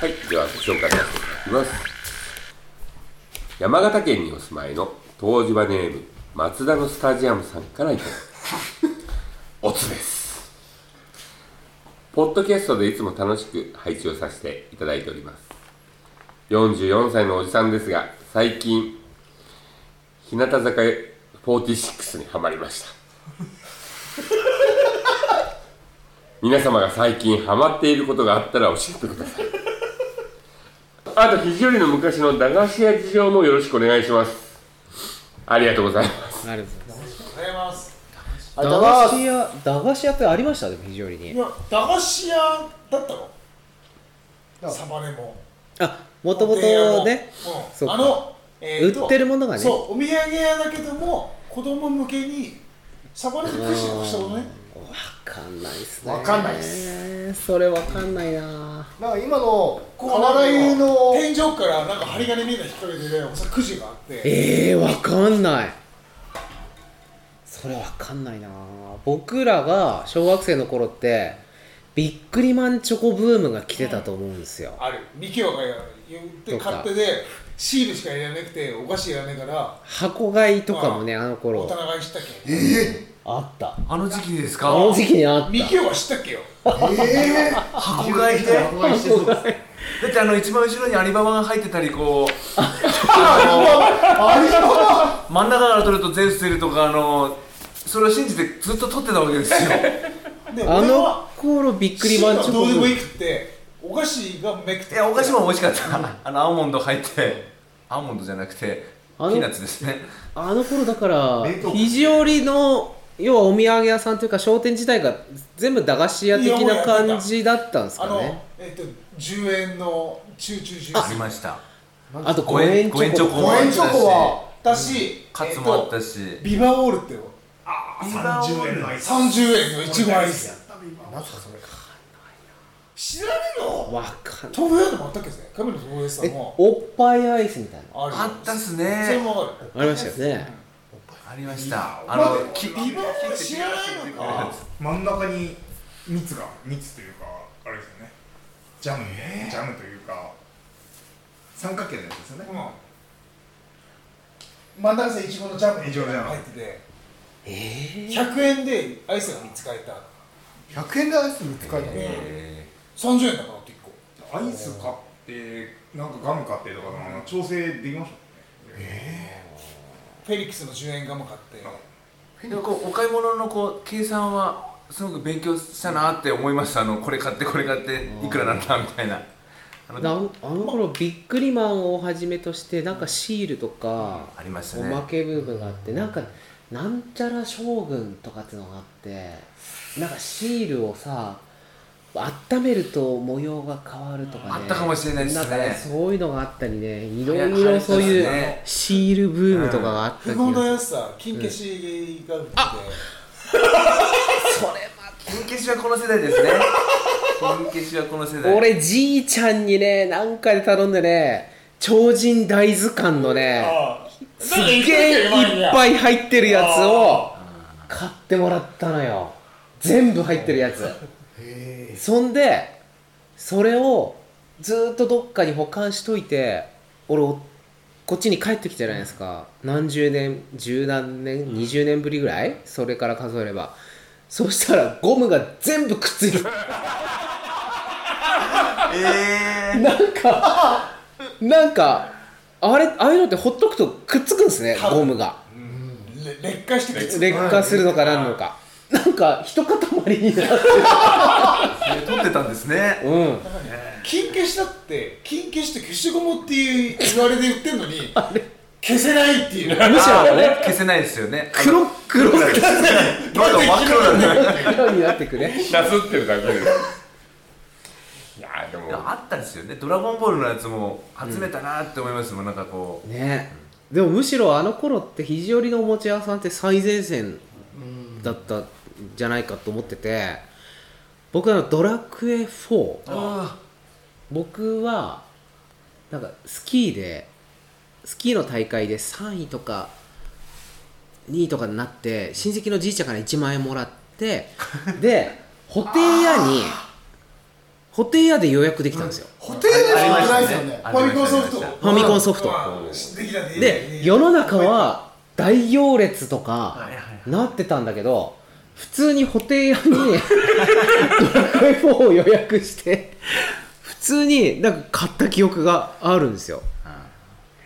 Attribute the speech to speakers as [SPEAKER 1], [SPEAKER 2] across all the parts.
[SPEAKER 1] はい、ではご紹介させていただきます。山形県にお住まいの東芝ネーム松田のスタジアムさんからいただきます。おつです。ポッドキャストでいつも楽しく配置をさせていただいております。44歳のおじさんですが、最近、日向坂46にハマりました。皆様が最近ハマっていることがあったら教えてください。あと肘折の昔の駄菓子屋事情もよろしくお願いしますありがとうございます
[SPEAKER 2] ありがとうございます
[SPEAKER 3] ありがとうござい
[SPEAKER 2] 駄菓
[SPEAKER 3] ます
[SPEAKER 2] 子屋駄菓子屋ってありましたでも非常
[SPEAKER 3] い
[SPEAKER 2] に
[SPEAKER 3] や駄菓子屋だったのサバレも
[SPEAKER 2] あもともとね
[SPEAKER 3] う、
[SPEAKER 2] そうんか
[SPEAKER 3] あの、えーと
[SPEAKER 2] 売ってるものがね
[SPEAKER 3] そうお土産屋だけども子供向けにサバレで串をしたのね
[SPEAKER 2] わかんないっすね
[SPEAKER 4] わかんないっ
[SPEAKER 2] すそれわかんないな
[SPEAKER 4] なんか今の
[SPEAKER 3] こう
[SPEAKER 4] 河原湯の
[SPEAKER 3] 天井からなんか針金みたいな引っ掛けてねそのくじがあって
[SPEAKER 2] ええー、わかんないそれわかんないな僕らが小学生の頃ってビックリマンチョコブームが来てたと思うんですよ、
[SPEAKER 3] あるミキオが言っ
[SPEAKER 2] と
[SPEAKER 3] て
[SPEAKER 2] か
[SPEAKER 3] 買ってでシールしか入れなくてお菓子いらないから
[SPEAKER 2] 箱買いとかもねあの
[SPEAKER 3] 大
[SPEAKER 2] 頃
[SPEAKER 3] 人買いしたっけ
[SPEAKER 2] あった
[SPEAKER 5] あの時期です
[SPEAKER 2] あ
[SPEAKER 5] か
[SPEAKER 2] の時期にあっ
[SPEAKER 3] ミ
[SPEAKER 2] た
[SPEAKER 3] キオは知ったっけよ
[SPEAKER 5] 箱買いしてだ
[SPEAKER 4] いしてそうです
[SPEAKER 5] ってあの一番後ろにアリババが入ってたりこうあの真ん中から取ると全捨てるとかあのそれを信じてずっと取ってたわけですよ
[SPEAKER 3] で
[SPEAKER 2] あ
[SPEAKER 3] 俺
[SPEAKER 2] の
[SPEAKER 3] は
[SPEAKER 2] 頃ビック
[SPEAKER 3] シ
[SPEAKER 2] リ
[SPEAKER 3] ー
[SPEAKER 2] マ
[SPEAKER 3] ル
[SPEAKER 2] ン
[SPEAKER 3] は
[SPEAKER 2] チョ
[SPEAKER 3] ど
[SPEAKER 2] コ
[SPEAKER 3] う
[SPEAKER 2] ブー
[SPEAKER 3] でも
[SPEAKER 2] ム
[SPEAKER 3] いいくってお菓子がめくて
[SPEAKER 5] いやお菓子も美味しかったあのアーモンド入ってアーモンドじゃなくてピ
[SPEAKER 2] あの
[SPEAKER 5] ーナッツですね
[SPEAKER 2] あの頃だから
[SPEAKER 4] 冷凍庫
[SPEAKER 2] 肘折の要はお土産屋さんというか商店自体が全部駄菓子屋的な感じだったんです
[SPEAKER 3] あ
[SPEAKER 2] か
[SPEAKER 3] の、
[SPEAKER 2] ね
[SPEAKER 3] えっと10円のチューチュージュー
[SPEAKER 5] あ
[SPEAKER 3] ス
[SPEAKER 5] りました
[SPEAKER 2] あと5円チ
[SPEAKER 5] 五円チ
[SPEAKER 2] ョ
[SPEAKER 5] ョ
[SPEAKER 2] コ
[SPEAKER 5] コ
[SPEAKER 4] 五円チョコは
[SPEAKER 3] だし、
[SPEAKER 5] カツもあった
[SPEAKER 3] し、
[SPEAKER 5] し、
[SPEAKER 3] ビバオールってよ
[SPEAKER 4] 30円のアイス
[SPEAKER 3] 30円のいちごアイス
[SPEAKER 4] 何すかそれ
[SPEAKER 3] 知らねえの
[SPEAKER 2] わかんない
[SPEAKER 3] 豆腐屋でもあったっけですね神の豆腐屋さん
[SPEAKER 2] え
[SPEAKER 3] も
[SPEAKER 2] おっぱいアイスみたいな
[SPEAKER 3] ある
[SPEAKER 5] あったっす
[SPEAKER 3] それ
[SPEAKER 5] ね
[SPEAKER 3] もわかる
[SPEAKER 2] ありましたよね
[SPEAKER 5] ありましたあ
[SPEAKER 3] あの
[SPEAKER 5] のき
[SPEAKER 3] ビバオール知らないのか
[SPEAKER 6] 真ん中に蜜が蜜というかあれですよねジャム、ジャムというか三角形のやつですよね、
[SPEAKER 3] うん真ん中さいちごのジャム
[SPEAKER 6] いちごのジャム
[SPEAKER 3] 入ってて100円でアイスが見つかれた
[SPEAKER 4] 100円でアイス見つかるの
[SPEAKER 5] え
[SPEAKER 3] 30円だからって1個
[SPEAKER 6] アイス買ってなんかガム買ってとかでも調整できましたもんね
[SPEAKER 3] フェリックスの10円ガム買って
[SPEAKER 5] ーでもこうお買い物のこう計算はすごく勉強したなって思いましたあのこれ買ってこれ買っていくらなんだみたいなあ
[SPEAKER 2] なあ
[SPEAKER 5] の
[SPEAKER 2] のあの頃ビックリマンをはじめとしてなんかシールとか
[SPEAKER 5] ありました
[SPEAKER 2] お
[SPEAKER 5] ね
[SPEAKER 2] まけ部分があってなんかなんちゃら将軍とかっていうのがあってなんかシールをさ温めると模様が変わるとかね
[SPEAKER 5] あったかもしれないですね
[SPEAKER 2] なんかねそういうのがあったりねいろ
[SPEAKER 5] や
[SPEAKER 2] いろそう
[SPEAKER 5] 流行
[SPEAKER 2] い
[SPEAKER 5] りま
[SPEAKER 2] う
[SPEAKER 5] したね
[SPEAKER 2] シールブームとかがあった
[SPEAKER 3] 不
[SPEAKER 2] 気が
[SPEAKER 3] 毛
[SPEAKER 2] す
[SPEAKER 3] の
[SPEAKER 2] る、
[SPEAKER 3] 安さ金消しが売ってて
[SPEAKER 5] 金消しはこの世代ですね 金消しはこの世代
[SPEAKER 2] 俺じいちゃんにね何回で頼んでね超人大図鑑のね
[SPEAKER 3] あ
[SPEAKER 2] すっげえいっぱい入ってるやつを買ってもらったのよ全部入ってるやつ
[SPEAKER 4] へ
[SPEAKER 2] そんでそれをずーっとどっかに保管しといて俺おこっちに帰ってきたじゃないですか何十年十何年20年ぶりぐらいそれから数えればそしたらゴムが全部くっついて
[SPEAKER 5] え
[SPEAKER 2] なんかなんかあれああいうのってほっとくとくっつくんですねゴムが
[SPEAKER 3] れ劣化してくっつ
[SPEAKER 2] 劣化するのかなんのかなんか一塊になって
[SPEAKER 5] ー、取ってたんですね
[SPEAKER 2] うん
[SPEAKER 3] 金消しだって金消しって消しゴムっていう言われで言ってんのに 消せないっていう
[SPEAKER 2] むしろね
[SPEAKER 5] 消せないですよね
[SPEAKER 2] 黒黒く
[SPEAKER 5] どんどん真っ黒なんだよ
[SPEAKER 2] 黒になってくね
[SPEAKER 1] なすってるだけでいやーでも
[SPEAKER 5] いやあったですよねドラゴンボールのやつも集めたなって思いますもん、なんかこう
[SPEAKER 2] ねでもむしろあの頃って肘折のおもちゃ屋さんって最前線だったんじゃないかと思ってて僕あの「ドラクエ4」僕はなんかスキーでスキーの大会で3位とか2位とかになって親戚のじいちゃんから1万円もらってでホテイヤにホテイヤで予約できたんですよ、
[SPEAKER 3] ホテルで
[SPEAKER 5] あり
[SPEAKER 3] は
[SPEAKER 5] ま
[SPEAKER 3] 売っ
[SPEAKER 5] してた
[SPEAKER 3] ない
[SPEAKER 5] ね
[SPEAKER 3] ですよね
[SPEAKER 5] あ
[SPEAKER 3] ファミコンソフト
[SPEAKER 5] ありま
[SPEAKER 2] ファミコンソフト、
[SPEAKER 3] できたね
[SPEAKER 2] で世の中は大行列とか
[SPEAKER 5] いはい
[SPEAKER 2] なってたんだけど普通に布袋屋にドラクエ4を予約して普通になんか買った記憶があるんですよ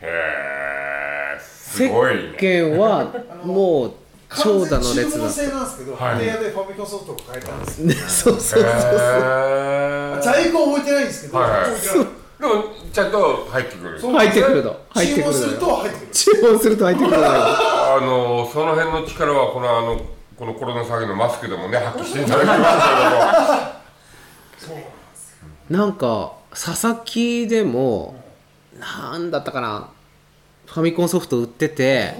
[SPEAKER 1] へえ
[SPEAKER 2] 石
[SPEAKER 1] すごいね
[SPEAKER 2] 鹸はもう長蛇の列だ
[SPEAKER 3] 完
[SPEAKER 2] っ
[SPEAKER 3] 全に注文制なんですけど、
[SPEAKER 1] はい
[SPEAKER 3] ホテイヤでファミコンソフトを変えたんですよ
[SPEAKER 2] た、ね、 そうそうそう
[SPEAKER 1] へ
[SPEAKER 2] そう
[SPEAKER 1] ー
[SPEAKER 3] 在庫置いてないんですけど、
[SPEAKER 1] はいはい
[SPEAKER 3] 置いてない
[SPEAKER 1] でもちゃんと入ってくる
[SPEAKER 3] そう
[SPEAKER 2] 入ってくるの入って
[SPEAKER 3] 注
[SPEAKER 2] く
[SPEAKER 3] 文
[SPEAKER 2] る
[SPEAKER 3] す
[SPEAKER 2] の
[SPEAKER 3] る
[SPEAKER 2] よ
[SPEAKER 3] と入ってくる
[SPEAKER 2] 注文すると入ってくるのよ
[SPEAKER 1] あのその辺の力はこのあのこのコロナ詐欺のマスクでもね発揮していただきま した
[SPEAKER 2] なんか佐々木でもなんだったかなファミコンソフト売ってて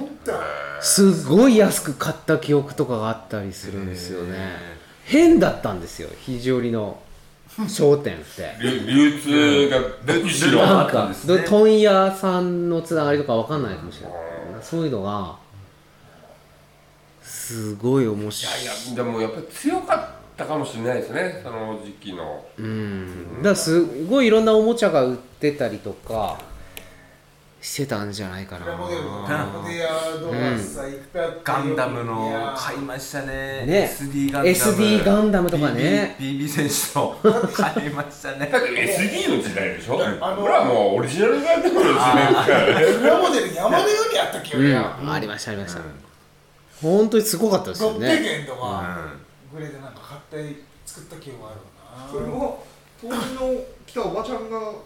[SPEAKER 2] すごい安く買った記憶とかがあったりするんですよね変だったんですよ肘折の商店って
[SPEAKER 1] けど流流通が一
[SPEAKER 5] 流通
[SPEAKER 1] 郎
[SPEAKER 5] が
[SPEAKER 2] な
[SPEAKER 5] あ
[SPEAKER 2] ん
[SPEAKER 5] ったん
[SPEAKER 2] か
[SPEAKER 5] ですね
[SPEAKER 2] 問屋さんのつながりとかわかんないかもしれないそういうのがすごい面白い
[SPEAKER 1] でもやっぱり強かったかもしれないですねその時期の
[SPEAKER 2] うんだからすごいいろんなおもちゃが売ってたりとかしてたんじゃないか
[SPEAKER 3] プラモデルと
[SPEAKER 2] な
[SPEAKER 3] かホテイヤのやつさいっぱいあって
[SPEAKER 5] ガンダムの
[SPEAKER 3] いやー
[SPEAKER 5] 買いましたね
[SPEAKER 2] ね
[SPEAKER 5] SD ガンダム
[SPEAKER 2] SD ガンダムとかね
[SPEAKER 5] BB, BB 選手 の買いましたね
[SPEAKER 1] だって SD の時代でしょ
[SPEAKER 3] あの
[SPEAKER 1] ほらもうオリジナルが出てくる時代ですからね
[SPEAKER 3] プラモデル山のようにあった記
[SPEAKER 2] う
[SPEAKER 3] 憶
[SPEAKER 2] ん
[SPEAKER 3] が、
[SPEAKER 2] ありましたありました、本当にすごかったですよ
[SPEAKER 3] 600
[SPEAKER 2] ね
[SPEAKER 3] 円と
[SPEAKER 5] う
[SPEAKER 3] か、
[SPEAKER 5] ん
[SPEAKER 3] グレーでなんか買って作った記憶があるな
[SPEAKER 4] それも当時の来たおばちゃんがお土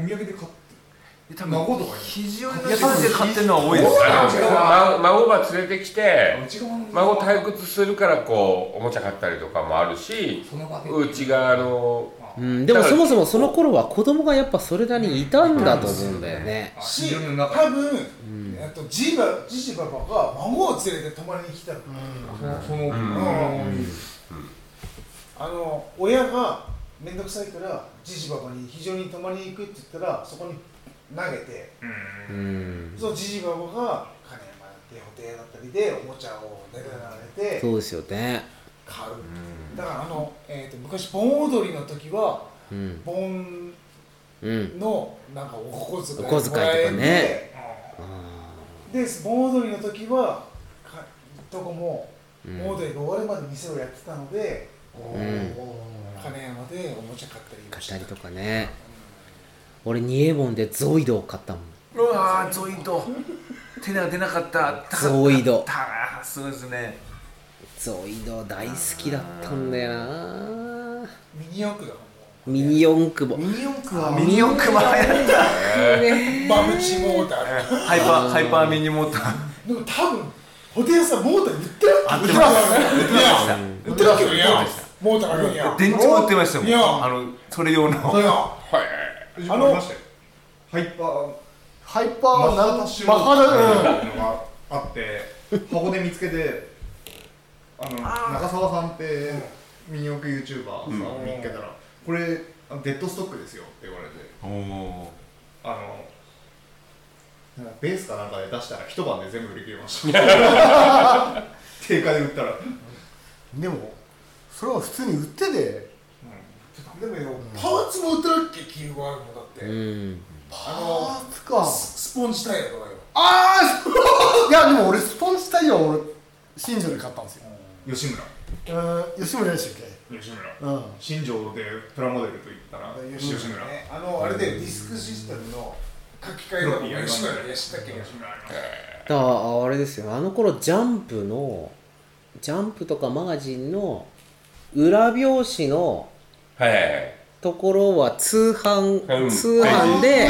[SPEAKER 4] 産で買って
[SPEAKER 5] 多
[SPEAKER 4] 孫とかに
[SPEAKER 5] 肘折の人で買ってるのは多いです
[SPEAKER 1] あ
[SPEAKER 5] ね
[SPEAKER 1] の孫孫が連れてきて
[SPEAKER 4] うちが
[SPEAKER 1] 孫退屈するからこうおもちゃ買ったりとかもあるし
[SPEAKER 4] その場で
[SPEAKER 1] うちがあの
[SPEAKER 2] うん、でもそもそもその頃は子供がやっぱそれなりにいたんだと思うんだよね、
[SPEAKER 4] あ
[SPEAKER 3] し
[SPEAKER 4] 非常に
[SPEAKER 3] 多
[SPEAKER 4] 中
[SPEAKER 3] 分、えっとジーバジジババが孫を連れて泊まりに来たの、
[SPEAKER 4] そ
[SPEAKER 3] う
[SPEAKER 4] の
[SPEAKER 3] んあの親が面倒くさいからジジババに非常に泊まりに行くって言ったらそこに投げて、
[SPEAKER 2] うん、
[SPEAKER 3] そうジジババが金山でホテイだったりでおもちゃをねだられて
[SPEAKER 2] そうですよね、
[SPEAKER 3] 買うっていうだからあの、えー、と昔盆踊りの時は
[SPEAKER 2] うん
[SPEAKER 3] 盆
[SPEAKER 2] うん、
[SPEAKER 3] のなんかお小遣い
[SPEAKER 2] お小遣いとかね
[SPEAKER 3] もらえて
[SPEAKER 2] あ
[SPEAKER 3] で盆踊りの時はかどこも盆踊りが終わるまで店をやってたので、
[SPEAKER 2] ーうん
[SPEAKER 3] 金山でおもちゃ買ったりも
[SPEAKER 2] 買っ
[SPEAKER 3] した
[SPEAKER 2] りとかね俺ニエモンでゾイドを買ったもん
[SPEAKER 5] うわーゾイド手が出なかった
[SPEAKER 2] ゾイド
[SPEAKER 5] たらそうですね
[SPEAKER 2] ゾイド大好きだったんだよな
[SPEAKER 3] ミニ四駆だも
[SPEAKER 2] ミニ四駆も
[SPEAKER 4] ミニ四駆は
[SPEAKER 5] ミニ四駆も流行った
[SPEAKER 3] んバムチモーター
[SPEAKER 5] ハイパーハイパーミニモーター
[SPEAKER 3] でも多分ホテイさんモーター売ってる
[SPEAKER 5] あ
[SPEAKER 3] 売っ
[SPEAKER 5] 売ってて
[SPEAKER 3] る
[SPEAKER 5] ま
[SPEAKER 3] わ
[SPEAKER 5] した
[SPEAKER 3] け売ってるわけよいやモーターあるんや
[SPEAKER 5] 電池も売ってましたも
[SPEAKER 3] いや
[SPEAKER 5] んあのそれ用の
[SPEAKER 3] いや
[SPEAKER 6] あのハイパー
[SPEAKER 4] ハイパー
[SPEAKER 6] マ
[SPEAKER 4] な
[SPEAKER 6] ッハ
[SPEAKER 4] ん
[SPEAKER 6] シュ
[SPEAKER 4] マ
[SPEAKER 6] ロ
[SPEAKER 4] ハ
[SPEAKER 6] ッ
[SPEAKER 4] ラ
[SPEAKER 6] クっていうのがあって箱で見つけてあの中澤さんってミニオク YouTuber さんを見つけたらこれあのデッドストックですよって言われて
[SPEAKER 5] おお
[SPEAKER 6] あのなんかベースかなんかで出したら一晩で全部売り切れました定価で売ったら
[SPEAKER 4] ンでもそれは普通に売ってで
[SPEAKER 3] でもよパーツも売ってるわけ記憶があるもんだって、
[SPEAKER 2] うん
[SPEAKER 3] あ
[SPEAKER 4] あ
[SPEAKER 3] の
[SPEAKER 4] ーつか
[SPEAKER 3] ススポンジタイヤとかよ
[SPEAKER 4] ああそういやでも俺スポンジタイヤは俺新庄で買ったんですよ
[SPEAKER 6] 吉村
[SPEAKER 4] うん吉村でしたっけ
[SPEAKER 6] 吉村
[SPEAKER 4] うん
[SPEAKER 6] 新庄でプラモデルと言ったら吉
[SPEAKER 3] 吉
[SPEAKER 6] 村
[SPEAKER 3] 村ねあのあれでディスクシステムの書き換え
[SPEAKER 6] ロ
[SPEAKER 3] が
[SPEAKER 6] ッキーやりま
[SPEAKER 3] 吉
[SPEAKER 6] し
[SPEAKER 3] 村
[SPEAKER 6] た
[SPEAKER 3] でしたっけ
[SPEAKER 6] 吉村ありました
[SPEAKER 2] だからあれですよあの頃ジャンプのジャンプとかマガジンの裏表紙の
[SPEAKER 1] はいはいはい
[SPEAKER 2] ところは通販、
[SPEAKER 1] うん
[SPEAKER 2] 通販で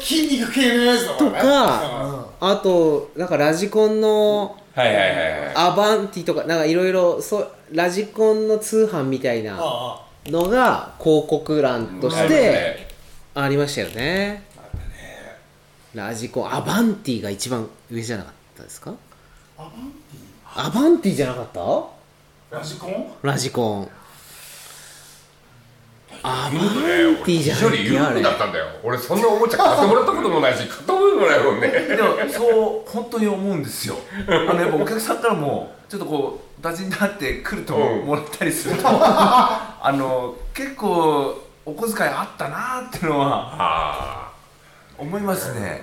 [SPEAKER 3] 筋肉系のやつだもんね
[SPEAKER 2] とかあとなんかラジコンの
[SPEAKER 1] はいはいはいはい
[SPEAKER 2] アバンティとかなんかいろいろそうラジコンの通販みたい
[SPEAKER 3] あ
[SPEAKER 2] な
[SPEAKER 3] あ
[SPEAKER 2] のが広告欄とし
[SPEAKER 1] はい
[SPEAKER 2] てありましたよねラジコンアバンティが一番上じゃなかったですか
[SPEAKER 3] アバンテ
[SPEAKER 2] アバンティじゃなかった
[SPEAKER 3] ィラジコン
[SPEAKER 2] ラジコンあ
[SPEAKER 1] 犬とね
[SPEAKER 2] バンティじゃん
[SPEAKER 1] 一緒に遊具だったんだよ俺そんなおもちゃ買ってもらったこともないし買ったこともないもんね
[SPEAKER 5] でもそう本当に思うんですよあのやっぱお客さんからもちょっとこう打ちになってくると
[SPEAKER 1] うん
[SPEAKER 5] もらったりすると、あの結構お小遣いあったなーってのは
[SPEAKER 1] あ
[SPEAKER 5] 思いますね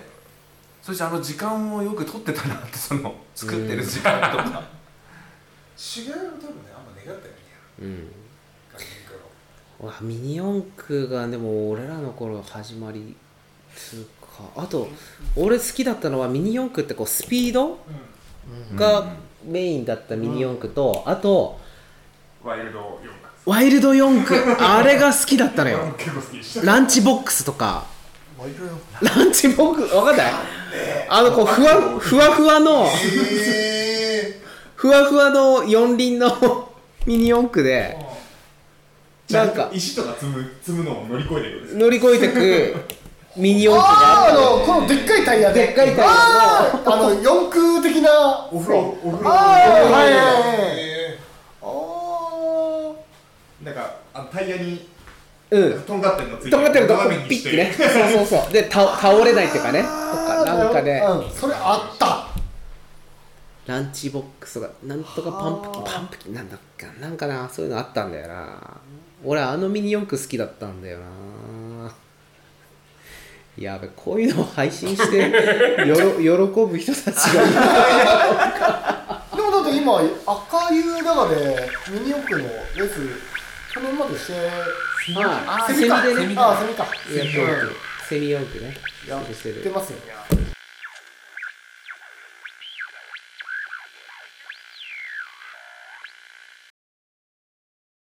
[SPEAKER 5] そしてあの時間をよく取ってたなってその作ってる時間とか
[SPEAKER 3] 違いを多分ねあんま願ってないんだよ
[SPEAKER 2] うん
[SPEAKER 3] ガキの
[SPEAKER 2] う
[SPEAKER 3] 頃
[SPEAKER 2] わミニ四駆がでも俺らの頃始まりつうかあと俺好きだったのはミニ四駆ってこうスピードがメインだったミニ四駆と、あと
[SPEAKER 6] ワイルド4巻
[SPEAKER 2] ワイルド四駆あれが好きだったのよ
[SPEAKER 6] 結構好きでした
[SPEAKER 2] ランチボックスとか
[SPEAKER 4] まあいろいろ
[SPEAKER 2] ランチボックスわかんないあのこうふわふわふわの
[SPEAKER 4] え
[SPEAKER 2] ふわふわの四輪の ミニ四駆でなんか
[SPEAKER 6] 石とか積む積むのを乗り越えてくるんです
[SPEAKER 2] 乗り越えて くミニ四駆があっ
[SPEAKER 4] あ
[SPEAKER 2] たのよ
[SPEAKER 4] ああのこのでっかいタイヤで
[SPEAKER 2] でっかいタイヤの
[SPEAKER 4] あーあの四駆的な
[SPEAKER 6] オフロードオフロード
[SPEAKER 4] あーはいはいはい
[SPEAKER 6] え
[SPEAKER 4] あ
[SPEAKER 6] ーなんかあのタイヤに
[SPEAKER 2] うん
[SPEAKER 6] とんがってるのついて
[SPEAKER 2] 止まってるとこ
[SPEAKER 6] 斜めに
[SPEAKER 2] ピ
[SPEAKER 6] し
[SPEAKER 2] ッてねそうそうそうで倒倒れないっていうかねとか
[SPEAKER 4] あ
[SPEAKER 2] なんかね
[SPEAKER 4] うんそれあった
[SPEAKER 2] ランチボックスがなんとかパンプキン
[SPEAKER 4] あー
[SPEAKER 2] パンプキンなんだっけななんかなそういうのあったんだよな俺あのミニ四駆好きだったんだよなやべこういうのを配信して よろ喜ぶ人たちがいる
[SPEAKER 4] でもだって今赤湯の中でミニオクのレース去年までして
[SPEAKER 2] あ
[SPEAKER 5] あ
[SPEAKER 2] あ
[SPEAKER 5] ー
[SPEAKER 2] セミ
[SPEAKER 4] か
[SPEAKER 2] で
[SPEAKER 5] セ
[SPEAKER 2] ね
[SPEAKER 5] ミ
[SPEAKER 4] あセミか
[SPEAKER 2] やってるセミ四駆ね
[SPEAKER 4] や
[SPEAKER 2] して
[SPEAKER 4] って
[SPEAKER 2] る
[SPEAKER 4] ますよ